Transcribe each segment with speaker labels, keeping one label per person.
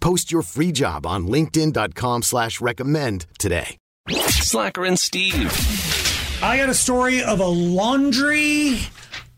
Speaker 1: Post your free job on linkedin.com slash recommend today.
Speaker 2: Slacker and Steve.
Speaker 3: I got a story of a laundry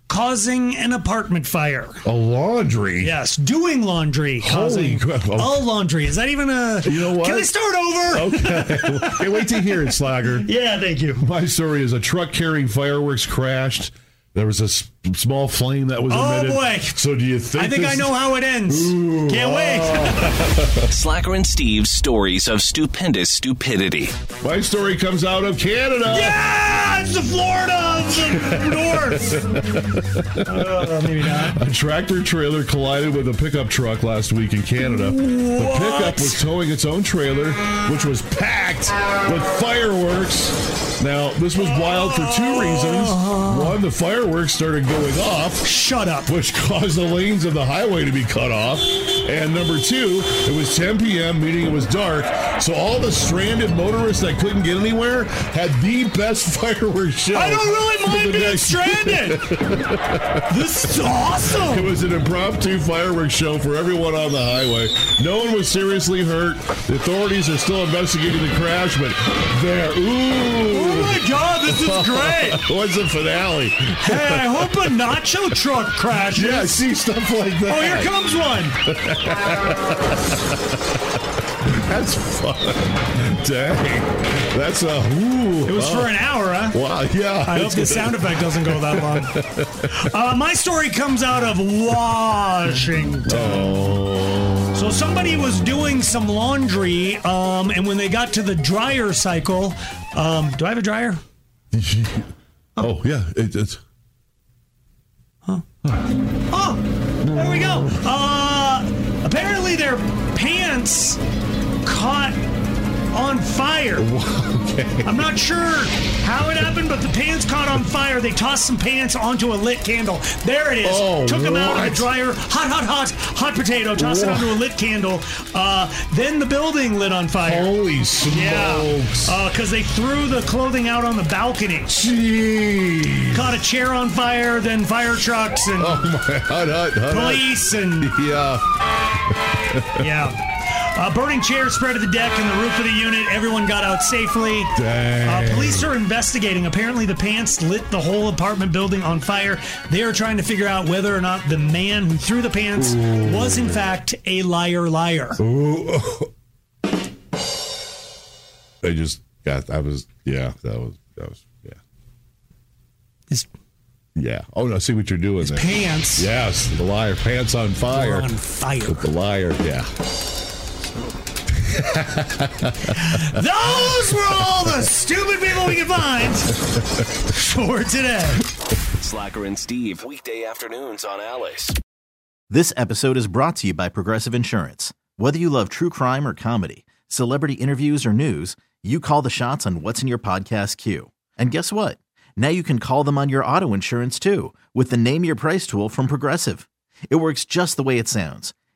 Speaker 3: causing an apartment fire.
Speaker 4: A laundry.
Speaker 3: Yes, doing laundry
Speaker 4: Holy
Speaker 3: causing
Speaker 4: crap. Oh.
Speaker 3: a laundry. Is that even a?
Speaker 4: You know what?
Speaker 3: Can we start over?
Speaker 4: Okay. hey, wait to hear it, Slacker.
Speaker 3: Yeah, thank you.
Speaker 4: My story is a truck carrying fireworks crashed. There was a s- small flame that was
Speaker 3: Oh,
Speaker 4: emitted.
Speaker 3: boy.
Speaker 4: So do you think?
Speaker 3: I think
Speaker 4: this-
Speaker 3: I know how it ends.
Speaker 4: Ooh,
Speaker 3: Can't wait.
Speaker 2: Slacker and Steve's stories of stupendous stupidity.
Speaker 4: My story comes out of Canada.
Speaker 3: yeah, it's the Florida of the north. Uh, maybe not.
Speaker 4: A tractor trailer collided with a pickup truck last week in Canada. The pickup
Speaker 3: What?
Speaker 4: was towing its own trailer, which was packed with fireworks. Now, this was wild for two reasons.
Speaker 3: Oh.
Speaker 4: One, the fireworks started going off.
Speaker 3: Shut up.
Speaker 4: which caused the lanes of the highway to be cut off. And number two, it was 10 p.m., meaning it was dark. So all the stranded motorists that couldn't get anywhere had the best fireworks show.
Speaker 3: I don't really
Speaker 4: for the
Speaker 3: mind being
Speaker 4: next-
Speaker 3: stranded. this is awesome.
Speaker 4: It was an impromptu fireworks show for everyone on the highway. No one was seriously hurt. The authorities are still investigating the crash, but there,
Speaker 3: Oh
Speaker 4: ooh,
Speaker 3: my god, this is great!
Speaker 4: was the finale.
Speaker 3: Hey, I hope a nacho truck crashes.
Speaker 4: Yeah, I see stuff like that.
Speaker 3: Oh, here comes one.
Speaker 4: That's fun. Dang. That's a ooh.
Speaker 3: It was
Speaker 4: Oh,
Speaker 3: for an hour, huh?
Speaker 4: Wow, yeah.
Speaker 3: I hope the sound effect doesn't go that long. Uh, my story comes out of Washington.
Speaker 4: Oh.
Speaker 3: So somebody was doing some laundry, um, and when they got to the dryer cycle, um, do I have a dryer?
Speaker 4: Oh, yeah. It, it's
Speaker 3: Oh, there we go. Uh, apparently their pants caught on fire.
Speaker 4: okay.
Speaker 3: I'm not sure how it happened, but the pans caught on fire. They tossed some pans onto a lit candle. There it is.
Speaker 4: Oh,
Speaker 3: Took them out of
Speaker 4: what?
Speaker 3: the dryer. Hot, hot, hot, hot potato. Tossed
Speaker 4: Wha-
Speaker 3: it onto a lit candle. Uh, then the building lit on fire.
Speaker 4: Holy smokes. Oh,
Speaker 3: yeah, because they threw the clothing out on the balcony.
Speaker 4: Gee.
Speaker 3: Caught a chair on fire. Then fire trucks and
Speaker 4: Oh my hot, hot, hot, hot.
Speaker 3: police and
Speaker 4: Yeah.
Speaker 3: yeah. A burning chair spread to the deck and the roof of the unit. Everyone got out safely.
Speaker 4: Dang.
Speaker 3: Uh, police are investigating. Apparently, the pants lit the whole apartment building on fire. They are trying to figure out whether or not the man who threw the pants was, in fact, a liar liar.
Speaker 4: Ooh. I just got. I was. Yeah. That was. That was. Yeah.
Speaker 3: His
Speaker 4: Yeah. Oh no. I See what you're doing there.
Speaker 3: pants
Speaker 4: Yes. The liar. Pants on
Speaker 3: were
Speaker 4: fire.
Speaker 3: on fire.
Speaker 4: The liar. Yeah.
Speaker 3: Those were all the stupid people we could find for today.
Speaker 2: Slacker and Steve. Weekday afternoons on Alice.
Speaker 5: This episode is brought to you by Progressive Insurance. Whether you love true crime or comedy, celebrity interviews or news, you call the shots on what's in your podcast queue. And guess what? Now you can call them on your auto insurance too with the Name Your Price tool from Progressive. It works just the way it sounds.